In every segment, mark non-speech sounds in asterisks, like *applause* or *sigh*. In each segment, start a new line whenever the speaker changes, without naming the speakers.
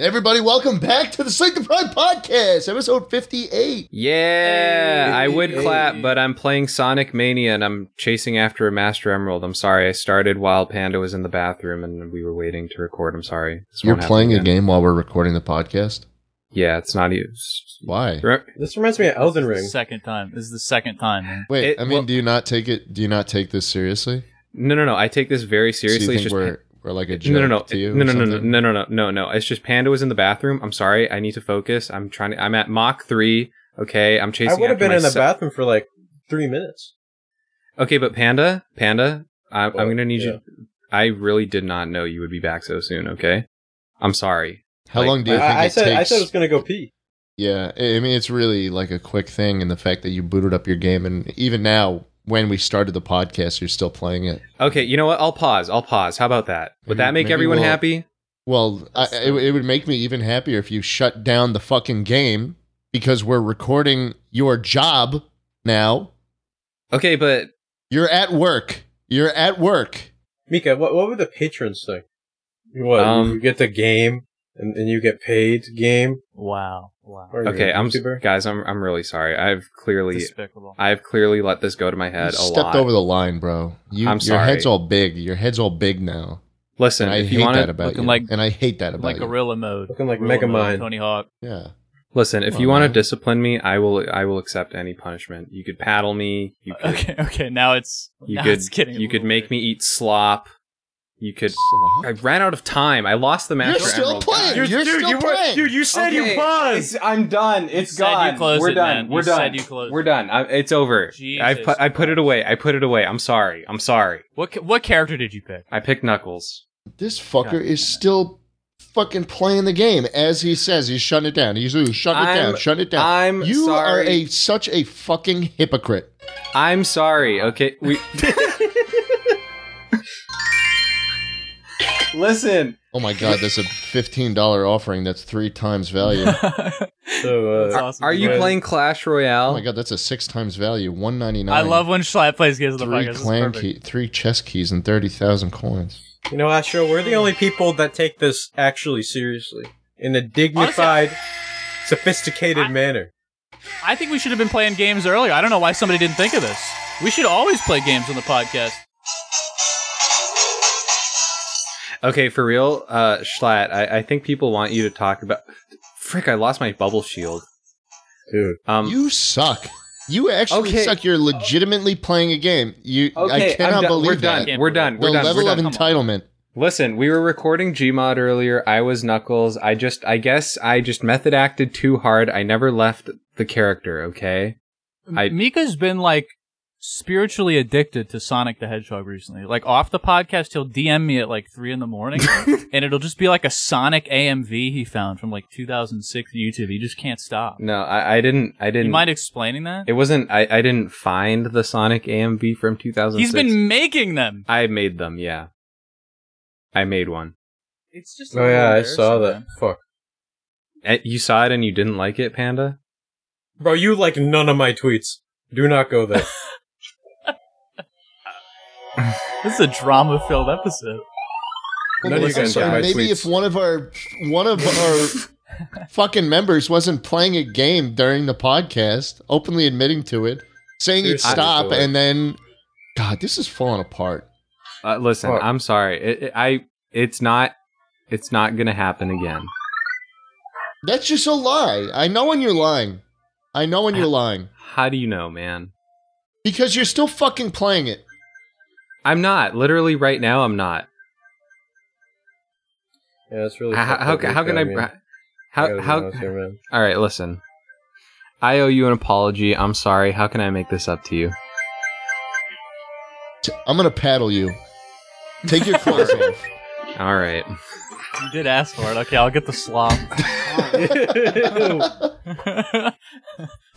Everybody, welcome back to the Sleep Deprived Podcast, episode 58.
Yeah,
Hey.
I would clap, but I'm playing Sonic Mania and I'm chasing after a Master Emerald. I'm sorry, I started while Panda was in the bathroom and we were waiting to record. I'm sorry. This
You're
won't happen
playing a
again.
game while we're recording the podcast?
Yeah, it's not used.
Why?
This reminds me of Elden Ring.
Second time. This is the second time. man.
Wait,
It-
I mean,
well-
do you not take it? Do you not take this seriously?
No, no, no. I take this very
do
seriously.
you think
It's just
we're, we're like a joke
no, no, no,
to you? or
no, no, no, no,
something?
no, no, no, no, no. It's just Panda was in the bathroom. I'm sorry. I need to focus. I'm trying to. I'm at Mach three. Okay, I'm
I
chasing.
would have
after
been in the
myself.
bathroom for like three minutes.
Okay, but Panda, Panda, I, I'm
Well,
gonna need
yeah.
you. I really did not know you would be back so soon. Okay, I'm sorry.
How
Like,
long do
I,
you think
I
it
said
takes?
I said I was gonna go pee.
Yeah, I I mean it's really like a quick thing, and the fact that you booted up your game, and even now when we started the podcast, you're still playing it.
Okay, you know what? I'll pause. I'll pause. How about that? Would
Maybe-
that make
Mm-hmm. maybe
everyone
we'll-
happy?
Well, I, it, it would make me even happier if you shut down the fucking game because we're recording your job now.
Okay, but
You're at work. You're at work.
Mika, what what would the patrons think? What
Um,
you get the game and, and you get paid game?
Wow. Wow.
Or
okay,
you're a
I'm
YouTuber?
guys. I'm I'm really sorry. I've clearly
Despicable.
I've clearly let this go to my
You
head a
stepped
lot.
over the line, bro. You,
I'm
your
sorry.
head's all big. Your head's all big now.
Listen,
And I
if you
hate
want
that
to
about
looking
you.
like-
and I hate that about
Like
you.
gorilla mode.
Looking like
Gorilla
Mega
mode,
Mind.
Tony Hawk. *laughs*
yeah.
listen, if
Come
you
on,
want
man.
to discipline me, I will. I will accept any punishment. You could paddle me. You could.
Okay. Okay. Now it's.
You
now
could.
It's getting a
You could
little
make
weird.
me eat slop. You could. I ran out of time. I lost the
You're
master.
still
Emerald,
playing.
guys.
You're,
Dude,
still
you were-
playing.
dude, you said
Okay,
you paused.
It's, I'm done.
You
It's
said you
gone.
closed
We're
it,
done.
man.
We're
You said
done.
you closed
We're
it.
done.
I, it's over. I
Jesus
put. I put it away. I put it away. I'm sorry. I'm sorry.
What ca- what character did you pick? *laughs*
I picked Knuckles.
this fucker is still fucking playing the game as he says he's shutting it down. He's like, shutting it
I'm-
down, shutting it down.
I'm
you
sorry.
are a such a fucking hypocrite.
I'm sorry. Okay,
*laughs*
we.
Listen,
Oh my god, that's a fifteen dollar offering. That's three times
*laughs*
value.
So,
That's
uh,
awesome.
Are you
Right.
playing Clash
Oh
Royale?
my god, that's a six times value. One ninety nine.
I love when Schlatt plays Gears of the
three
Podcast.
clan key, three chess keys, and thirty thousand coins.
you know, Astro, we're the only people that take this actually seriously in a dignified, sophisticated
I-
manner.
I think we should have been playing games earlier. I don't know why somebody didn't think of this. We should always play games on the podcast.
Okay, for real, uh, Schlatt. I, I think people want you to talk about. Frick! I lost my bubble shield.
Dude,
Um,
you suck. You actually
Okay.
suck. You're legitimately playing a game. You,
Okay,
I
I'm
cannot
done.
believe
We're
that.
done. We're done. We're
the
done. We're
level
done.
of entitlement.
Listen, we were recording Gmod earlier. I was Knuckles. I just, I guess, I just method acted too hard. I never left the character. Okay. I-
Mika's been like spiritually addicted to Sonic the Hedgehog recently. Like off the podcast, he'll DM me at like three in
*laughs*
the morning, and it'll just be like a Sonic AMV he found from like 2006 YouTube. He just can't stop.
No, I, I didn't. I
You
didn't.
mind explaining that?
it wasn't. I, I didn't find the Sonic AMV from 2006.
He's been making them.
I made them. Yeah. I made one.
It's just.
oh yeah, I saw that. Fuck,
Eh, You saw it and you didn't like it, Panda.
bro, you like none of my tweets. Do not go there.
This is a drama-filled episode.
None of you guys
Listen,
like my
maybe
tweets.
if one of our one of our fucking members wasn't playing a game during the podcast, openly admitting to it, saying he'd
Seriously,
stop,
I-
and then God, this is falling apart.
Uh, listen,
Fuck.
I'm sorry. It, it, I. It's not. It's not gonna happen again.
That's just a lie. I know when you're lying. I know when you're lying
How do you know, man?
because you're still fucking playing it.
I'm not. Literally, right now, I'm not.
*laughs* Yeah, that's really.
how,
fucked
how,
up,
ca- how
Mika.
can I?
mean, I
How
gotta be
how?
honest here, man.
All right, listen. I owe you an apology. I'm sorry. How can I make this up to you?
T- I'm gonna paddle you. Take your
*laughs*
clothes off.
All right.
You did ask for it. Okay, I'll get the slop. *laughs*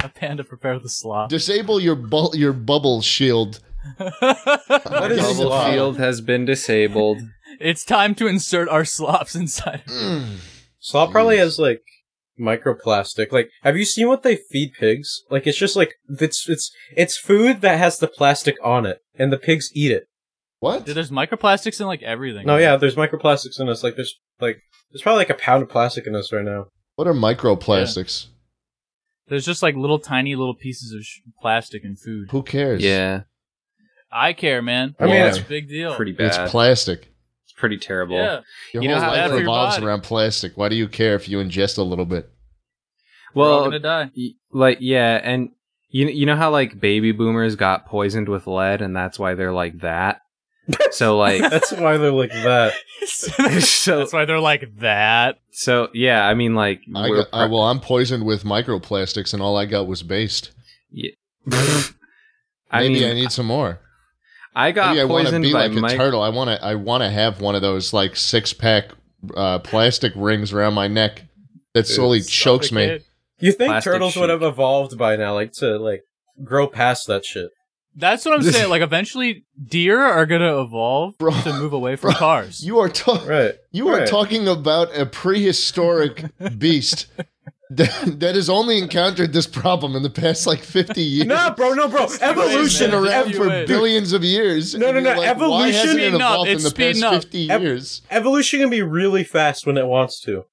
a panda prepare the
*laughs*
slop. *laughs*
Disable your bu- your bubble shield.
What is
Double
slop?
shield.
has been disabled.
It's time to insert our slops inside.
Mm.
Slop probably has like microplastic. Like, have you seen what they feed pigs? Like, it's just like it's it's it's food that has the plastic on it, and the pigs eat it.
What?
Dude, there's microplastics in like everything.
No, yeah, there's microplastics in it. It's like there's like There's probably like a pound of plastic in this right now.
*laughs*
What are microplastics?
There's just like little tiny little pieces of sh- plastic in food.
Who cares?
Yeah,
I care, man.
I mean,
yeah,
it's
a big deal.
pretty bad.
It's plastic.
it's pretty terrible.
Yeah.
Your
You know
whole
how bad
life
for your
revolves
body.
around plastic. Why do you care if you ingest a little bit?
Well,
Well,
*laughs*
gonna die.
y- like yeah, and you you know how like baby boomers got poisoned with lead, and that's why they're
*laughs*
like that. So like
That's why they're like that.
so
That's why they're like that.
so yeah, I mean like
I,
we're
got, I
pro-
well, I'm poisoned with microplastics, and all I got was based.
I
Maybe I
mean,
need some more.
I got
Maybe I want to
poisoned
be
by
like
mi-
a turtle. I want to. I want to have one of those like six pack uh, plastic rings around my neck that slowly chokes me.
Suffocate.
You think
Plastic
turtles
chic.
would have evolved by now, like to like grow past that shit?
That's what I'm saying. Like eventually, deer are gonna evolve
Bro-
to move away from
bro,
cars.
You are talking.
Right.
You are
Right.
talking about a prehistoric beast that, that has only encountered this problem in the past like 50 years.
*laughs* Nah, bro, no, bro. Evolution
Evolution
man.
around
Ev-
for
Ev-
billions of years.
No,
and
no,
you're
no,
Like, why hasn't it
evolution-
evolved in
It's
the past
speeding up.
50
Ev-
years?
Evolution can be really fast when it wants to.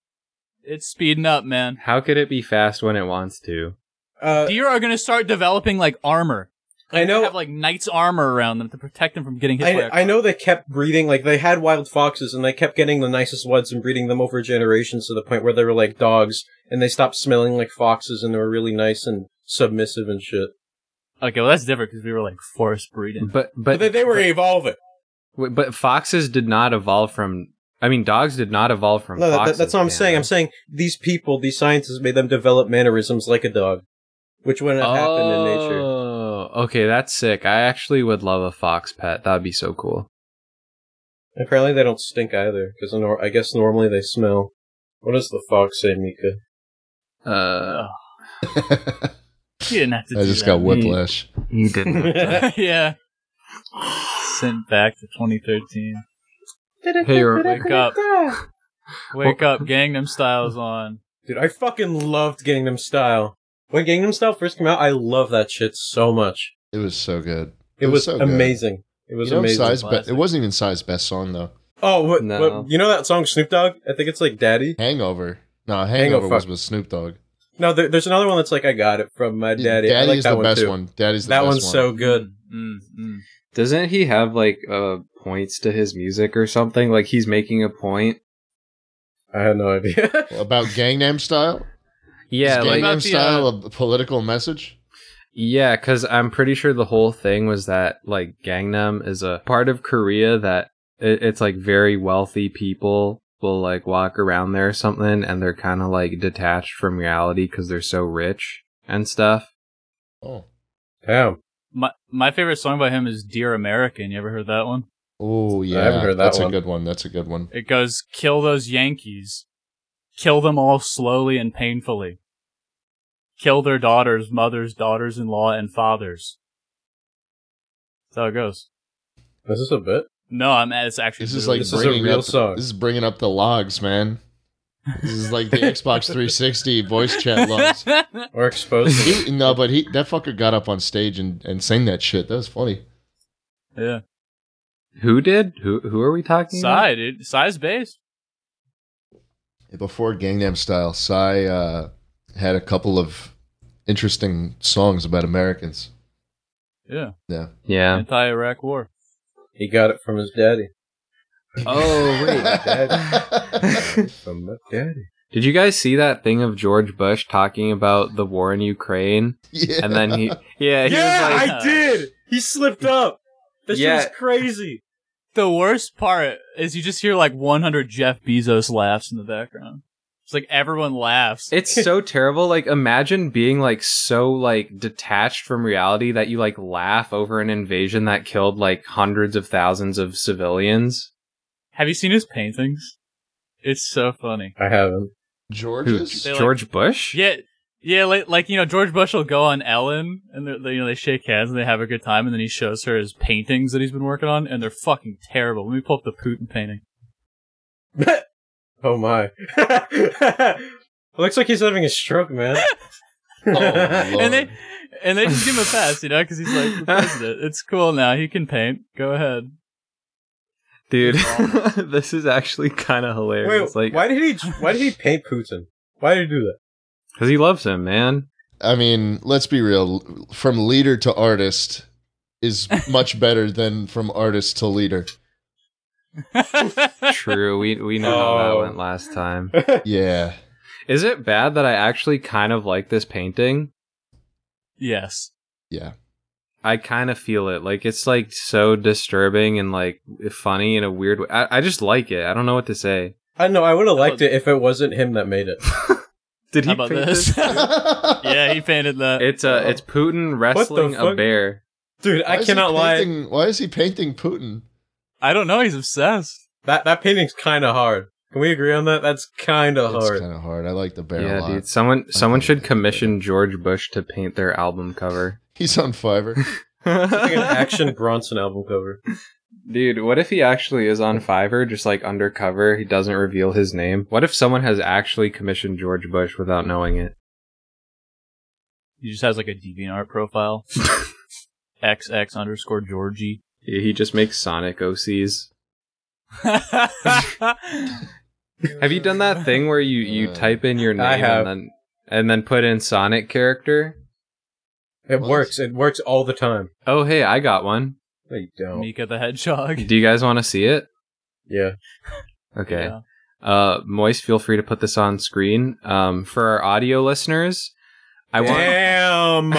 It's speeding up, man.
how could it be fast when it wants to?
Uh,
Deer are gonna start developing like armor.
I
They
know.
have like knight's armor around them to protect them from getting hit. by a
I,
car.
I know they kept breeding like they had wild foxes and they kept getting the nicest ones and breeding them over generations to the point where they were like dogs and they stopped smelling like foxes and they were really nice and submissive and shit.
Okay, well that's different because we were like forest breeding.
But but
they were evolving.
Wait, but foxes did not evolve from. I mean, dogs did not evolve from.
No, that,
foxes,
that, that's what I'm
man.
saying. I'm saying these people, these scientists, made them develop mannerisms like a dog, which wouldn't have happened in nature.
Oh, okay, that's sick. I actually would love a fox pet. That'd be so cool.
Apparently, they don't stink either, because nor- I guess normally they smell. What does the fox say, *laughs* Mika?
Uh,
You didn't have to.
I
do
just
that.
got whiplash.
you *laughs* didn't.
*laughs* yeah. Sent back to 2013.
hey, Rick.
Wake up. Wake up. Gangnam Style's on.
Dude, I fucking loved Gangnam Style. When Gangnam Style first came out, I loved that shit so much.
It was so good.
It, was,
so good.
amazing. It was
You know,
amazing.
size be-
Classic.
it wasn't even size best song though.
Oh, what,
No.
what- you know that song Snoop Dogg? I think it's like Daddy.
Hangover. No,
Hangover,
Hangover was
fuck.
with Snoop Dogg.
No, there, there's another one that's like I got it from my daddy. I like
is
that
the
one
best
too.
one. Daddy's the
that
best
one's
one.
so good. *laughs*
Mm, mm.
Doesn't he have like uh points to his music or something? Like he's making a point.
I had no idea. *laughs*
about Gangnam Style.
Yeah,
Is
like
Gangnam
About the, uh,
Style a political message.
Yeah, because I'm pretty sure the whole thing was that like Gangnam is a part of Korea that it, it's like very wealthy people will like walk around there or something, and they're kind of like detached from reality because they're so rich and stuff.
Oh,
Damn.
My my favorite song by him is "Dear American." You ever heard that one?
oh yeah.
haven't heard that
That's
one.
a good one. That's a good one.
It goes, "Kill those Yankees, kill them all slowly and painfully, kill their daughters, mothers, daughters-in-law, and fathers." That's how it goes.
This is a bit.
No, I'm. It's actually
This is
literally
like
This is a
the song.
bringing
real
up.
song.
This is bringing up the logs, man. This is like the Xbox 360 voice chat logs.
Or exposed.
*laughs* He- no, but he that fucker got up on stage and, and sang that shit. That was funny.
*laughs* yeah,
Who did? Who who are we talking? about?
Psy, dude, Psy's bass.
Before Gangnam Style, Psy uh, had a couple of interesting songs about Americans.
Yeah,
Yeah.
Yeah.
anti-Iraq war.
he got it from his daddy.
Oh wait.
wait.
From my daddy.
Did you guys see that thing of George Bush talking about the war in Ukraine?
*laughs* yeah.
And then he, *laughs* yeah, he
yeah,
was like,
uh,
I did. He slipped up. That
Yeah.
shit was crazy.
The worst part is you just hear like 100 Jeff Bezos laughs in the background. It's like everyone laughs.
It's so terrible. Like imagine being like so like detached from reality that you like laugh over an invasion that killed like hundreds of thousands of civilians.
Have you seen his paintings? It's so funny.
I
Who,
haven't.
George's?
They, like-
George Bush?
Yeah, yeah, like, like you know, George Bush will go on Ellen, and they're- they, you know they shake hands and they have a good time, and then he shows her his paintings that he's been working on, and they're fucking terrible. Let me pull up the Putin painting.
*laughs* oh my. Looks like he's having a stroke, man. *laughs*
Oh, Lord.
And they and they just give him
*laughs*
a pass, you know, because he's like the president. It's cool now. He can paint. Go ahead.
Dude, *laughs* this is actually kind of
Wait,
hilarious. like,
why did he? Why did he paint Putin? Why did he do that?
because he loves him, man.
I mean, let's be real. From leader to artist is much better than from artist to leader.
True. We we know how that
Oh.
went last time.
*laughs* Yeah.
Is it bad that I actually kind of like this painting?
*laughs* yes.
Yeah.
I kind of feel it. Like it's like so disturbing and like funny in a weird way. I, I just like it. I don't know what to say.
I don't know. I would have liked it if it wasn't him that made it.
Did he
How about
paint
*laughs*
this? *laughs*
yeah.
yeah, he painted that.
It's uh, it's Putin wrestling a
fuck?
bear.
Dude, I cannot lie.
Why is he painting Putin?
I don't know. He's obsessed.
That that painting's kind of hard. Can we agree on that? That's kind of
It's
hard.
kind of hard. I like the bear a
Yeah,
lot.
dude. Someone someone
think
should
it's
commission George Bush to paint their album
*laughs*
cover.
He's on Fiverr.
*laughs*
It's like an action Bronson album cover.
Dude, what if he actually is on Fiverr, just like undercover? He doesn't reveal his name. What if someone has actually commissioned George Bush without knowing it?
He just has like a DeviantArt profile. XX underscore Georgie. *laughs*
He he just makes Sonic OCs. Have you done
*laughs*
that thing where you, you
Uh,
type in your name
I have.
and then and then put in Sonic character?
It
What?
works. It works all the time.
Oh hey, I got one.
No, you don't.
Mika the Hedgehog.
Do you guys want to see it?
Yeah.
Okay.
Yeah.
Uh Moist, feel free to put this on screen. Um for our audio listeners, I want
Damn.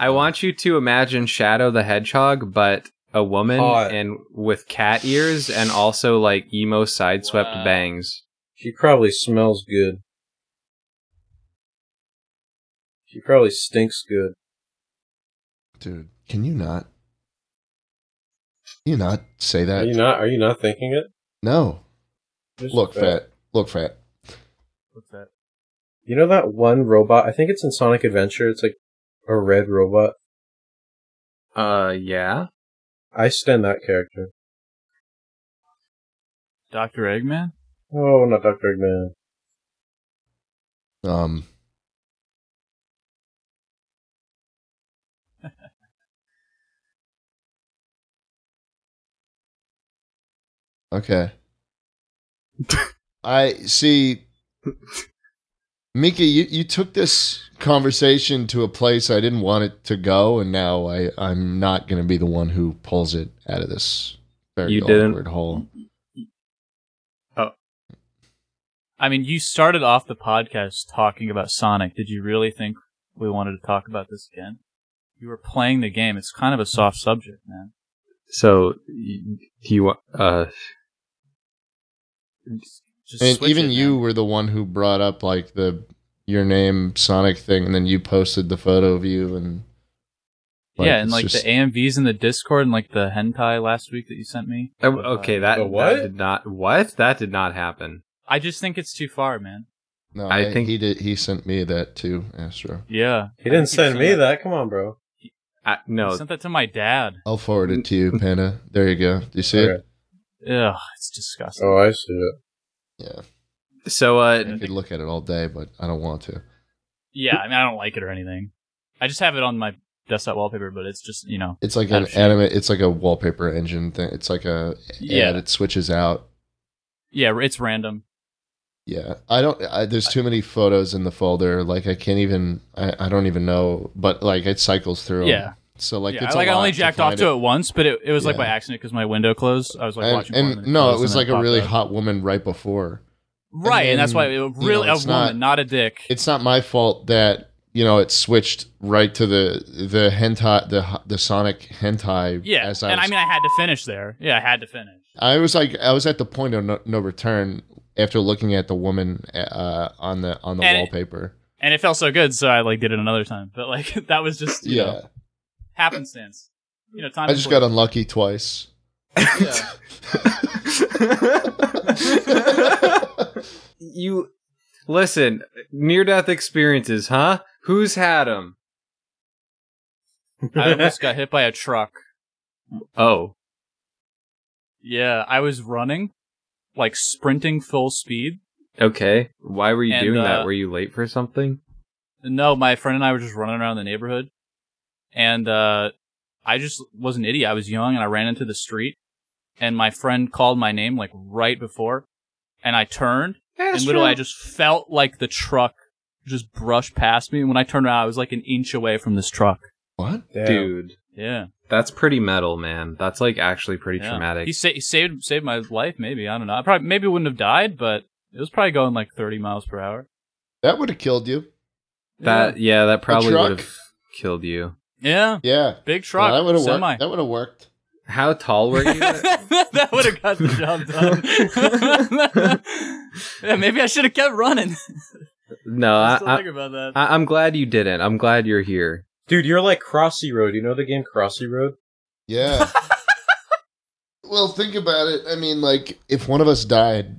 I want you to imagine Shadow the Hedgehog, but a woman
Hot.
and with cat ears and also like emo sideswept
Wow.
bangs.
she probably smells good. She probably stinks good.
Dude, can you not? You not say
Are
that?
you not? Are you not thinking it?
no.
Just
Look
the fact.
fat. Look fat.
What's that?
You know that one robot? I think it's in Sonic Adventure. It's like a red robot.
Uh yeah.
I stand that character.
Dr. Eggman?
Oh, not Doctor Eggman.
Um. okay. I see. Mika, you, you took this conversation to a place I didn't want it to go, and now I, I'm not going to be the one who pulls it out of this very
You didn't-
awkward hole.
I mean, you started off the podcast talking about Sonic. Did you really think we wanted to talk about this again? You were playing the game. It's kind of a soft subject, man.
So y- do you wa- uh
Just- just
And
switch
even
it,
you
man.
were the one who brought up like the your name Sonic thing, and then you posted the photo of you and
yeah, and
it's
like
just-
the AMVs in the Discord and like the hentai last week that you sent me.
oh, okay, that,
The
what?
what?
that did not what? That did not happen.
I just think it's too far, man.
no,
I
I,
think-
think he did. He sent me that too, Astro.
Yeah.
He didn't send me
that.
that. Come on, bro.
I,
I
no.
sent that to my dad.
I'll forward it to you,
Mm-hmm.
Panda. There you go. Do you see it?
Okay.
Ugh, it's disgusting.
Oh, I see *laughs* it.
Yeah,
So uh
I could look at it all day, but I don't want to.
Yeah, I mean, I don't like it or anything. I just have it on my desktop wallpaper, but it's just, you know.
It's like
Out
an
of shape.
anime. It's like a wallpaper engine thing. It's like a yeah.
Yeah.
Ad. It switches out.
Yeah, it's random.
Yeah, I don't. I, there's too many photos in the folder. Like I can't even. I, I don't even know. But like it cycles through. 'em.
Yeah.
So like
yeah,
it's
I- like
a
I
lot
only jacked off
find
to it. once, but it, it was like by
Yeah.
accident because my window closed. I was like watching porn
and,
when
and no, it
closed,
was
and
like
then
a really
popped up.
hot woman right before.
right, and that's why it
then,
really
you know,
a
it's
woman,
not-
not, a dick.
It's not my fault that you know it switched right to the the hentai the the Sonic hentai.
yeah,
as I
and
was,
I mean I had to finish there. Yeah, I had to finish.
I was like I was at the point of no, no return after looking at the woman uh, on the on the
And it-
wallpaper.
And it felt so good, so I like did it another time. But like *laughs* that was just you
yeah,
know, happenstance. You know, time.
I
and
just
place.
got unlucky twice.
*laughs* you listen, near death experiences, huh? Who's had them?
*laughs*
I almost got hit by a truck.
Oh.
Yeah, I was running, like sprinting full speed.
Okay. Why were you
And,
doing that?
uh,
Were you late for something?
No, my friend and I were just running around the neighborhood, and uh, I just was an idiot. I was young, and I ran into the street, and my friend called my name like right before, and I turned
Yeah,
and literally I just felt like the truck just brushed past me. And when I turned around, I was like an inch away from this truck.
What?
Dude,
Yeah,
that's pretty metal, man. That's like actually pretty
yeah.
traumatic.
He, sa- he saved saved my life. Maybe I don't know. I probably maybe wouldn't have died, but it was probably going like thirty miles per hour.
That would have killed you.
that yeah, that probably
truck?
would have killed you.
yeah,
Yeah.
Yeah. big truck
that would have *laughs*
semi.
worked. That would have worked.
How tall were
*laughs*
you?
that would have got the job done. yeah, maybe I should have kept running.
no,
I
I,
still
Uh, I,
think about that.
I, I'm glad you didn't. I'm glad you're here.
Dude, you're like Crossy Road. You know the game Crossy
*laughs*
Road?
Yeah. well, think about it. I mean, like, if one of us died,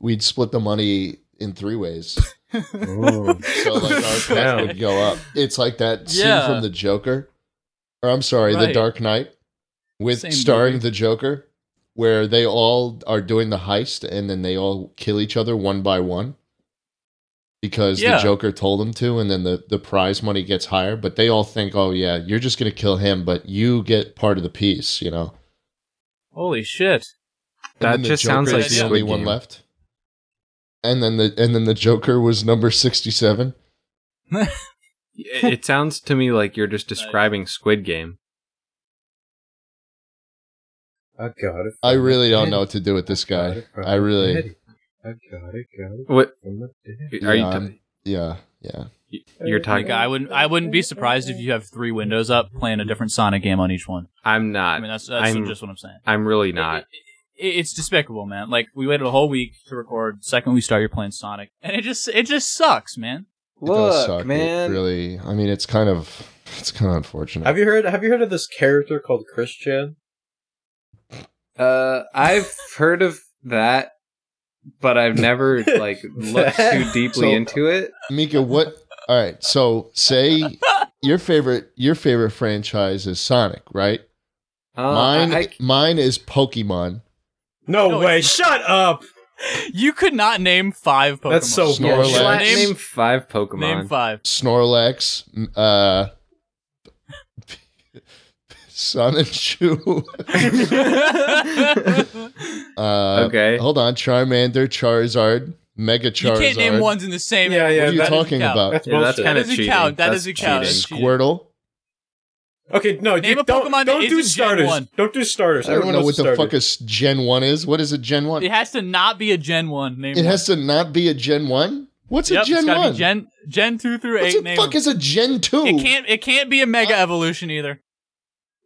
we'd split the money in three ways. So, like, our
*laughs*
Yeah.
bet would go up. It's like that scene
Yeah.
from The Joker. Or, I'm sorry, The
Right.
Dark Knight, with
Same
starring
movie.
The Joker, where they all are doing the heist and then they all kill each other one by one. Because
Yeah.
the Joker told them to, and then the, the prize money gets higher. But they all think, oh, yeah, you're just going to kill him, but you get part of the piece, you know?
Holy shit!
And
That
then the
just sounds
Joker's
like
the only
Squid
one
Game.
left. And then the and then the Joker was number sixty seven.
It, it sounds to me like you're
*laughs*
just describing Squid Game.
I got it.
I really don't know what to do with this guy. I really,
I got it, got it
What
from the dead.
are you?
Yeah,
ta-
yeah, yeah.
you're
Like
talking.
I wouldn't, I wouldn't be surprised if you have three windows up playing a different Sonic game on each one.
I'm
I
not.
mean, that's, that's
I'm-
just what I'm saying.
I'm really not.
It, it- it's despicable, man. Like we waited a whole week to record. Second we start, you're playing Sonic, and it just, it just sucks, man.
It does suck. It really, I mean, it's kind of, it's kind of unfortunate.
Have you heard? Have you heard of this character called Christian?
Uh, I've heard of that, but I've never *laughs* like looked too deeply
So-
into it.
Mika, what? All right, so
*laughs*
say your favorite, your favorite franchise is Sonic, right?
Uh,
mine,
I- I-
mine is Pokemon.
No,
No,
way! Shut up!
*laughs* You could not name five Pokemon.
That's
Oh,
so
Snorlax.
bullshit.
Snorlax.
name,
Name-
five Pokemon.
Name five.
Snorlax, m- uh, *laughs* Sun and Shoe.
*laughs*
Uh,
Okay.
Hold on. Charmander, Charizard, Mega
you
Charizard.
can't name ones in the same.
Yeah, yeah.
What are you
that-
talking
count. *laughs*
about?
That's
Yeah, that's
bullshit.
kind of
doesn't
cheating.
count. That
That's
doesn't count.
cheating.
That's
Squirtle.
okay, no,
Name
dude,
a
don't,
Pokemon that
don't do
isn't Gen
starters.
one.
Don't do starters.
I don't
Everyone
know what
knows
the
starters.
fuck a s- Gen 1 is. What is a Gen 1?
It has to not be a Gen One name.
It has to not be a Gen 1? What's
Yep,
a Gen
it's gotta
1?
be Gen Gen two through
what
eight.
the
name
fuck
them.
is a Gen 2?
It can't. It can't be a
Uh,
Mega Evolution either.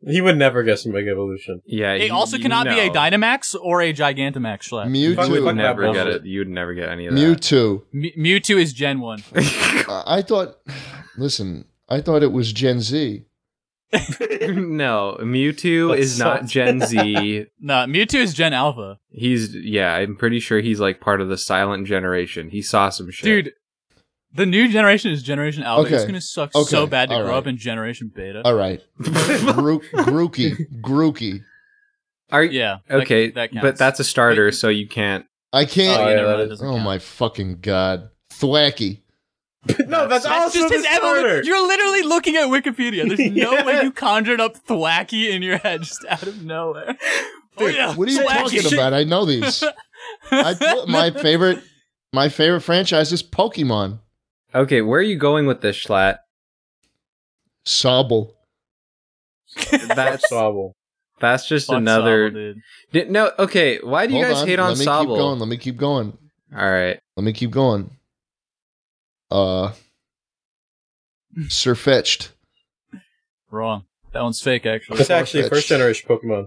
He would never guess a Big
*laughs*
Evolution.
Yeah.
It
you-
also
you
cannot be a
know.
Dynamax or a Gigantamax. Schlatt.
Fuck with
You'd
Fuck
Mewtwo.
that
never get
bullshit.
it. You'd never get any of that.
Mewtwo.
M- Mewtwo is
*laughs*
Gen One.
I I thought, listen, I thought it was Gen Z.
no, *laughs* Mewtwo
That
is not
sucks.
Gen Z.
No, Mewtwo is Gen Alpha.
He's yeah. I'm pretty sure he's like part of the silent generation. He saw some shit,
Dude, the new generation is Generation Alpha. It's
Okay.
gonna suck
Okay.
so bad to
All
grow
right.
up in Generation Beta.
All
*laughs*
right. Gro- Grookey. Grookey.
Are
*laughs* Yeah. that-
okay?
That, counts.
but that's a starter,
Wait,
so you can't.
I can't.
Oh,
Oh,
yeah,
yeah,
never
that
mind,
is-
doesn't
oh
count.
my fucking god. Thwacky.
no, that's,
That's
also
just
the
his
starter.
*laughs*
evolution. You're literally looking at Wikipedia. There's no
Yeah.
way you conjured up Thwacky in your head just out of nowhere. *laughs* oh,
Dude,
yeah.
What are you
Thwacky.
talking about? I know
*laughs*
these.
*laughs*
I put my favorite my favorite franchise is Pokemon.
Okay, where are you going with this, Schlatt?
Sobble.
*laughs* That's
Sobble.
that's just
Fuck
another.
Sobble, dude.
Di- no, okay. Why do you
Hold
guys hate on
Let me keep going.
Sobble?
Let me keep going.
All right,
Let me keep going. Uh Surfetched.
Wrong. That one's fake, actually.
That's actually first generation Pokemon.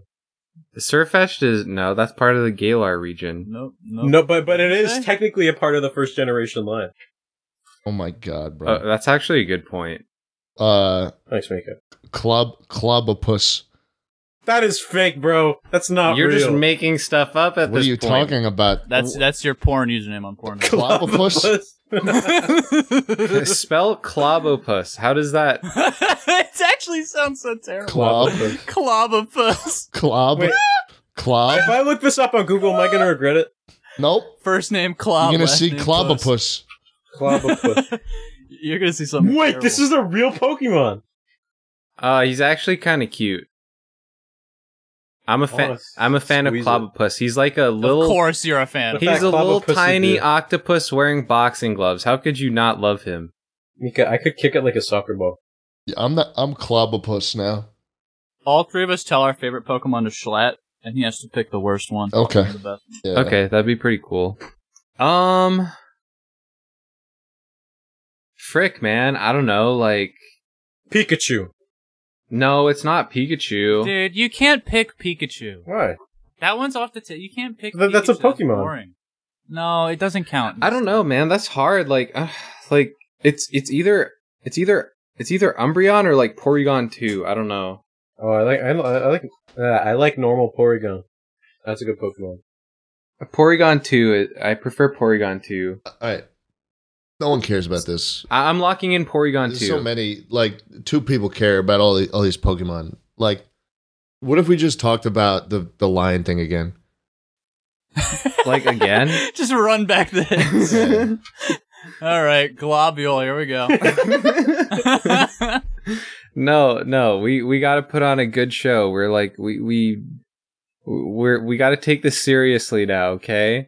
Surfetched is no. That's part of the Galar region.
Nope. Nope.
No, but but it is
Okay.
technically a part of the first generation line.
Oh my god,
Oh,
bro.
that's actually a good point.
Uh,
Thanks, Mika.
Club Clubopus.
That is fake, bro. That's not
You're
real.
just
*laughs*
making stuff up at
What are
this
you
point.
*laughs*
talking about?
That's that's your porn username on porn.
Clobopus?
*laughs*
*laughs*
Spell Clobopus. How does that?
*laughs* it actually sounds so terrible.
Club
*laughs* Clobopus.
Club
Wait. If
Club?
I look this up on Google, am I going to regret it?
Nope.
First name
You're
Clob.
gonna
last
see
name
Clobopus.
Clobopus.
Puss. *laughs* You're gonna see
*laughs*
something.
Wait, this
terrible.
is a real Pokemon.
Uh, he's actually kind of cute. I'm a fan.
Oh, s-
I'm a fan of
squeeze it.
Clobopus. He's like a little.
of course, you're a fan.
What
of
the-
He's a little
Clobopus is
tiny
good.
octopus wearing boxing gloves. How could you not love him?
Mika, I could kick it like a soccer ball.
I'm not. I'm Clobopus now.
All three of us tell our favorite Pokemon to Schlatt, and he has to pick the worst one.
Okay.
The best.
Yeah.
Okay, that'd be pretty cool. Um, frick, man, I don't know. Like,
Pikachu.
no, it's not Pikachu.
Dude, you can't pick Pikachu.
Why?
That one's off the tip. You can't pick.
Th- that's a
Pikachu.
Pokemon.
boring. No, it doesn't count.
I don't know, man. That's hard. Like, uh, like it's it's either it's either it's either Umbreon or like Porygon two. I don't know.
Oh, I like I, li- I like uh, I like normal Porygon. That's a
*laughs*
good *laughs* Pokemon.
Uh, Porygon two. is- I prefer Porygon two.
All right. No one cares about this.
I- I'm locking in Porygon
There's
two.
so many. Like two people care about all the, all these Pokemon. Like, what if we just talked about the the lion thing again?
like again.
*laughs*
*laughs* Just run back this.
*laughs*
*laughs* All right, globule. Here we *laughs* go.
no, no, we we got to put on a good show. We're like we we we're we got to take this seriously now. Okay.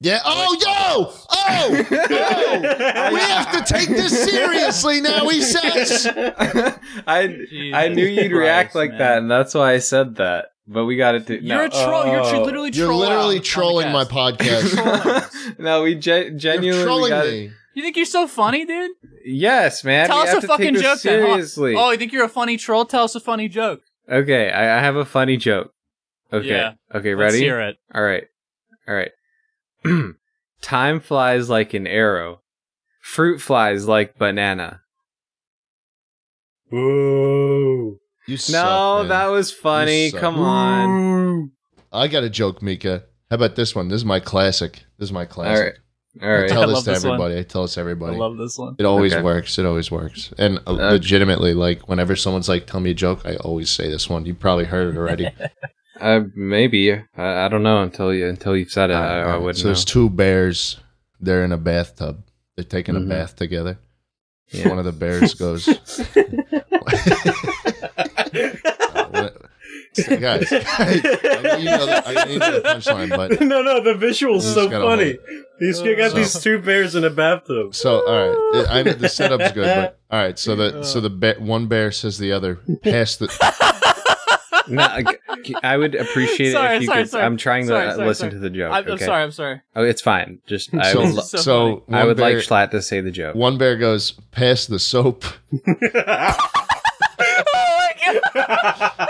Yeah. Oh, yo! Oh,
*laughs*
yo! We have to take this seriously now. He
*laughs*
says.
*laughs* I I
Jesus
knew you'd
Christ,
react like
man.
that, and that's why I said that. But we got to do.
You're
No,
a troll. You're tr-
Oh.
literally *laughs* trolling.
You're literally
on the
trolling my
cast.
podcast.
*laughs* no, we ge-
You're
genuinely
trolling
gotta-
me.
You think you're so funny, dude?
Yes, man.
Tell
we
us
have
a
to take
fucking
this
joke then, huh?
seriously.
Oh, you think you're a funny troll? Tell us a funny joke.
Okay, I, I have a funny joke. Okay.
Yeah.
Okay,
Let's
ready?
hear it.
All right. All right. *clears throat* Time flies like an arrow. Fruit flies like banana.
Ooh. *laughs*
You suck,
No,
man.
that was funny.
suck.
Come on.
I got a joke, Mika. How about this one? This is my classic. This is my classic.
All right. All right.
I
I
tell this
love
to
this one.
everybody. I tell this to everybody.
I love this one.
it always
Okay.
works. It always works. And uh,
Okay.
legitimately, like whenever someone's like, "Tell me a joke," I always say this one. You probably heard it
*laughs*
already.
Uh, maybe. I, I don't know until you until you've said it. I, I wouldn't
so there's
know.
two bears. They're in a bathtub. They're taking
Mhm.
a bath together.
Yeah.
One of the bears goes, Uh, what- guys, *laughs* I, you know that, I you know the punchline, but
no, no, the visual's
Just
so
gotta hold
funny.
it.
These you got
So-
these two bears in
*laughs*
a bathtub.
So all right, I know the setup's good, but all right. So the so the be- one bear says the other pass the
*laughs*
no, I, I would appreciate it
Sorry,
if you
sorry,
could.
sorry.
I'm trying
Sorry,
to uh
sorry,
listen
sorry.
to the joke.
I'm, I'm
okay?
sorry. I'm sorry.
Oh, it's fine. Just *laughs* I
so
would,
so,
lo-
so funny.
I
one
would like
bear-
Schlatt to say the joke.
one bear goes pass the soap.
*laughs*
*laughs*
oh my god.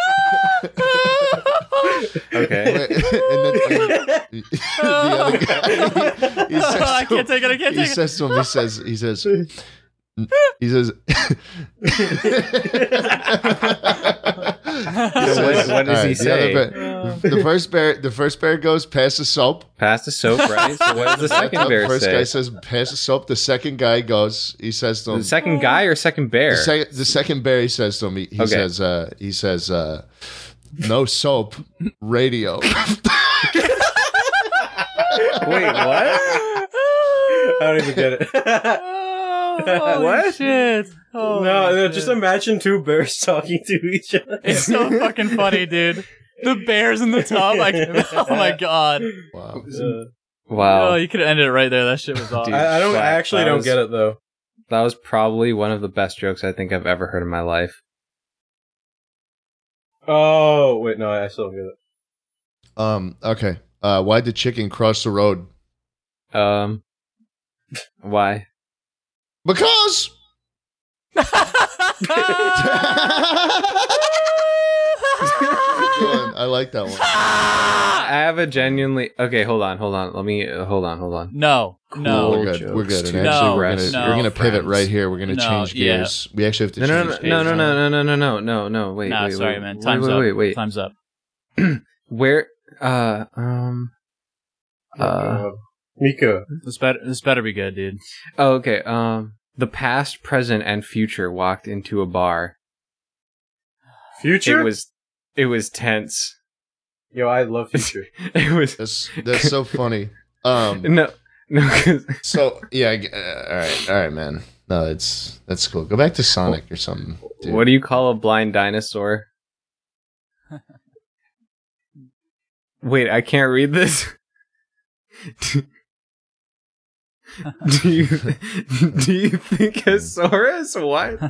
Okay. *laughs*
and then and the other guy
*laughs*
he, he says
I
to him-
can't take it. I can't
he
take *laughs* it.
says to him, he says, he says, he says,
what- what does he
Alright, the other
say?
bear- The first bear, the first bear goes pass the soap.
Pass the soap, right? *laughs* So what does the second
Uh,
bear
first
say?
guy says pass the soap. The second guy goes, he says to him,
the second guy or second bear?
the, sec- the second bear he says to him, he, he
Okay.
says, uh, he says, uh, no soap, radio.
Wait, what?
*laughs* I don't even get it. *laughs*
Oh,
What?
Shit. Oh,
no, no,
shit.
just imagine two bears *laughs* talking to each other.
It's so fucking
*laughs*
funny, *laughs* dude. The bears in the tub. Like, oh my god.
wow.
Uh,
Oh,
Wow,
you could have ended it right there. That shit was awesome. *laughs*
*laughs*
Dude,
I, I don't. I
Schlatt,
actually
that
don't
was-
get it though.
that was probably one of the best jokes I think I've ever heard in my life.
Oh wait, no, I still don't get it.
Um. Okay. Uh, why'd the chicken cross the road?
Um, why?
Because. Good. I like that one.
Ah!
I have a genuinely okay. Hold on, hold on. Let me uh, hold on, hold on.
no, *laughs* no.
we're good.
jokes
We're good. And
to
actually,
No,
we're gonna
no.
we're gonna pivot
friends.
right here. We're gonna
No,
change
yeah.
gears. We actually have to
No, no,
change
no,
gears.
no, no, no, no, no, no, no, no. Wait,
Nah,
wait,
sorry,
wait,
man.
wait,
Time's
wait,
up.
Wait, wait,
Time's up.
Where? Uh, um. Uh,
Uh, Mika.
This better. This better be good, dude.
oh, okay. Um, the past, present, and future walked into a bar.
Future.
It was, it was tense. *laughs*
Yo, I love
*laughs*
Future.
It was
That's that's so funny.
*laughs*
Um.
no, no. 'cause-
So yeah. I g- Uh, all right. All right, man. No, it's that's cool. Go back to Sonic
*laughs*
or something. Dude.
What do you call a blind dinosaur? Wait, I can't read this. *laughs* do you do you think a Saurus? What?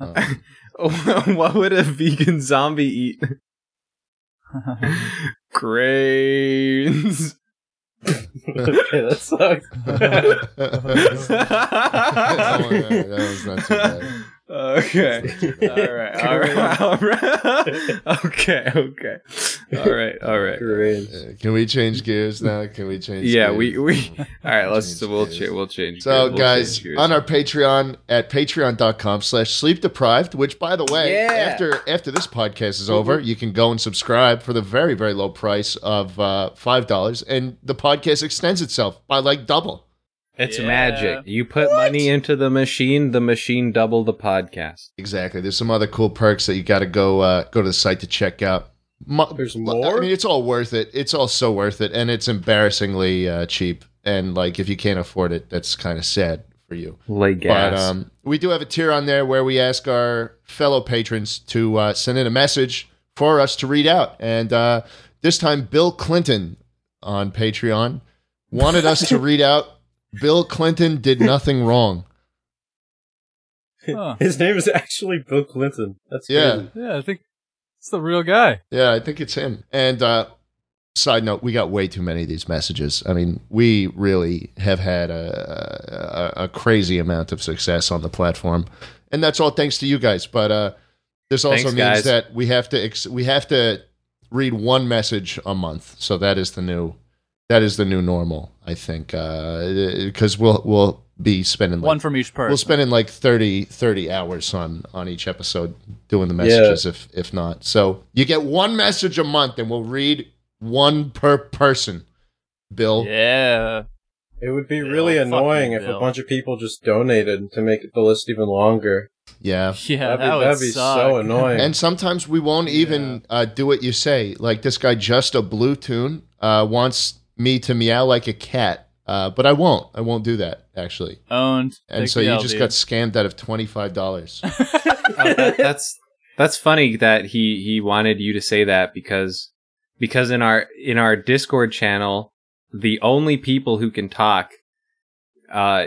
Um, *laughs*
*laughs* what would a vegan zombie *laughs* eat?
*laughs*
Grains.
okay, that *laughs* sucks.
that was not too bad.
Okay. All right. All right. All right. *laughs* okay. Okay. All right. All right.
*laughs* Great.
Uh, Can we change gears now? Can we change?
Yeah,
gears?
we- we- All right. Let's.
Change
so we'll
gears.
change. We'll change.
So,
gears, we'll
guys,
change gears.
on our Patreon at patreon.com slash sleep deprived, which, by the way,
Yeah.
after after this podcast is over, you can go and subscribe for the very, very low price of uh, $5. And the podcast extends itself by like double.
it's
Yeah.
magic. You put money into the machine. The machine double the podcast.
Exactly. There's some other cool perks that you got to go uh, go to the site to check out. Mo-
There's
I
more?
mean, it's all worth it. It's all so worth it, and it's embarrassingly uh, cheap. And like, if you can't afford it, that's kind of sad for you.
Like
But
gas.
um, we do have a tier on there where we ask our fellow patrons to uh, send in a message for us to read out. And uh, this time, Bill Clinton on Patreon wanted us to read out Bill Clinton did nothing wrong.
Huh.
His name is actually Bill Clinton. That's
Yeah.
crazy.
Yeah, I think it's the real guy.
Yeah, I think it's him. And uh, side note, we got way too many of these messages. I mean, we really have had a, a, a crazy amount of success on the platform, and that's all thanks to you guys. But uh, this also means
Thanks, guys.
that we have to ex- we have to read one message a month. So that is the new that is the new normal, I think, because we'll we'll be spending like,
One from each person.
We'll spend in like 30, 30 hours on on each episode doing the messages if if not. So you get one message a month and we'll read one per person. Bill.
Yeah.
It would be
Bill,
really
fuck
annoying
you,
if a
Bill.
bunch of people just donated to make the list even longer.
Yeah.
Yeah,
that'd be,
that would
that'd be
suck.
so annoying.
And sometimes we won't even uh, do what you say. Like this guy just a blue tune uh, wants me to meow like a cat. Uh, but I won't. I won't do that actually.
Owned.
And
Take
so
the
you
L,
just
dude.
got scammed out of twenty five dollars.
Oh, that- that's that's funny that he he wanted you to say that because because in our in our Discord channel, the only people who can talk, uh,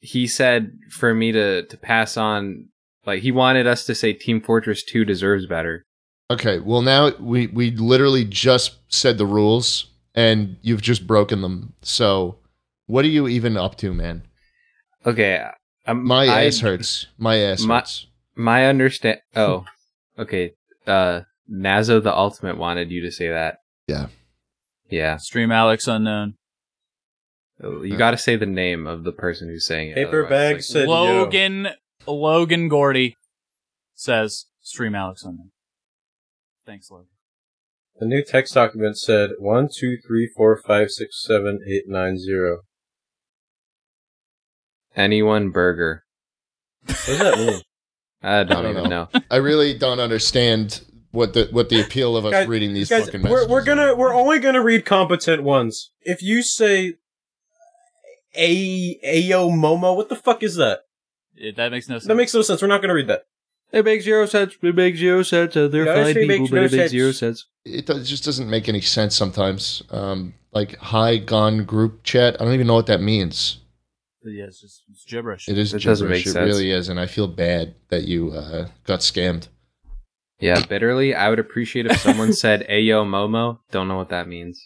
he said for me to to pass on. Like he wanted us to say Team Fortress Two deserves better.
Okay, well now we we literally just said the rules and you've just broken them. So what are you even up to, man?
Okay, um,
My
I-
ass hurts. My ass
My-
hurts.
My understand. Oh, okay. Uh, Nazo the Ultimate wanted you to say that.
Yeah.
Yeah.
Stream Alex Unknown.
You got to say the name of the person who's saying it.
Paper
otherwise, like-
bag said yo.
Logan Logan Gordy says stream Alex Unknown. Thanks, Logan.
The new text document said one, two, three, four, five, six, seven, eight, nine, zero.
Anyone burger.
What does that mean?
I don't,
don't
even know.
know. I really don't understand what the what the appeal of us
Guys-
reading *laughs* these
Guys,
fucking
we're,
messages.
we're
are.
gonna we're only gonna read competent ones. If you say a ayo momo, what the fuck is that?
Yeah, that makes no sense.
That makes no sense. We're not gonna read that.
It makes zero sense. It makes zero sense. Uh, They're
No,
fine
she
people,
makes
but
no
it makes
sense.
zero sense.
it does, just doesn't make any sense sometimes. Um like high gone group chat. I don't even know what that means.
yeah, it's just it's gibberish.
It is
It doesn't
gibberish.
make
It
sense.
really is, and I feel bad that you uh, got scammed.
Yeah, bitterly, I would appreciate if *laughs* someone said "Ayo Momo." Don't know what that means.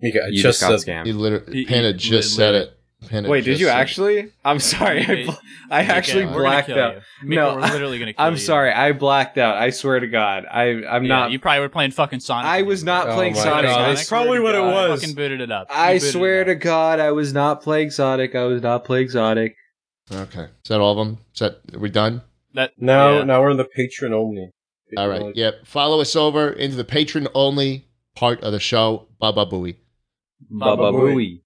Mika, I
You just,
just,
got
said,
You
scammed.
literally
He-
Panda
he
just
lit-
said it. Panda
Wait, did
just
you
said it.
actually? I'm sorry. I,
Wait,
bl- I
Mika,
actually
we're gonna
blacked
kill
out.
you. Mika,
No,
we're literally gonna
*laughs*
kill
I'm
you.
sorry. I blacked out. I swear to God. I I'm
Yeah,
not.
you probably were playing fucking Sonic.
I was not
Oh
playing
my
Sonic.
God.
I
That's probably what it
God,
was.
Fucking booted it up. You
I
booted it
swear
up.
to God, I was not playing Sonic. I was not playing Sonic.
Okay. Is that all of them? Is that are we done?
That
No,
yeah.
now we're in the patron only.
All right. Yep. Follow us over into the patron only part of the show, Baba Booey.
Baba
Baba
Booey.
Booey.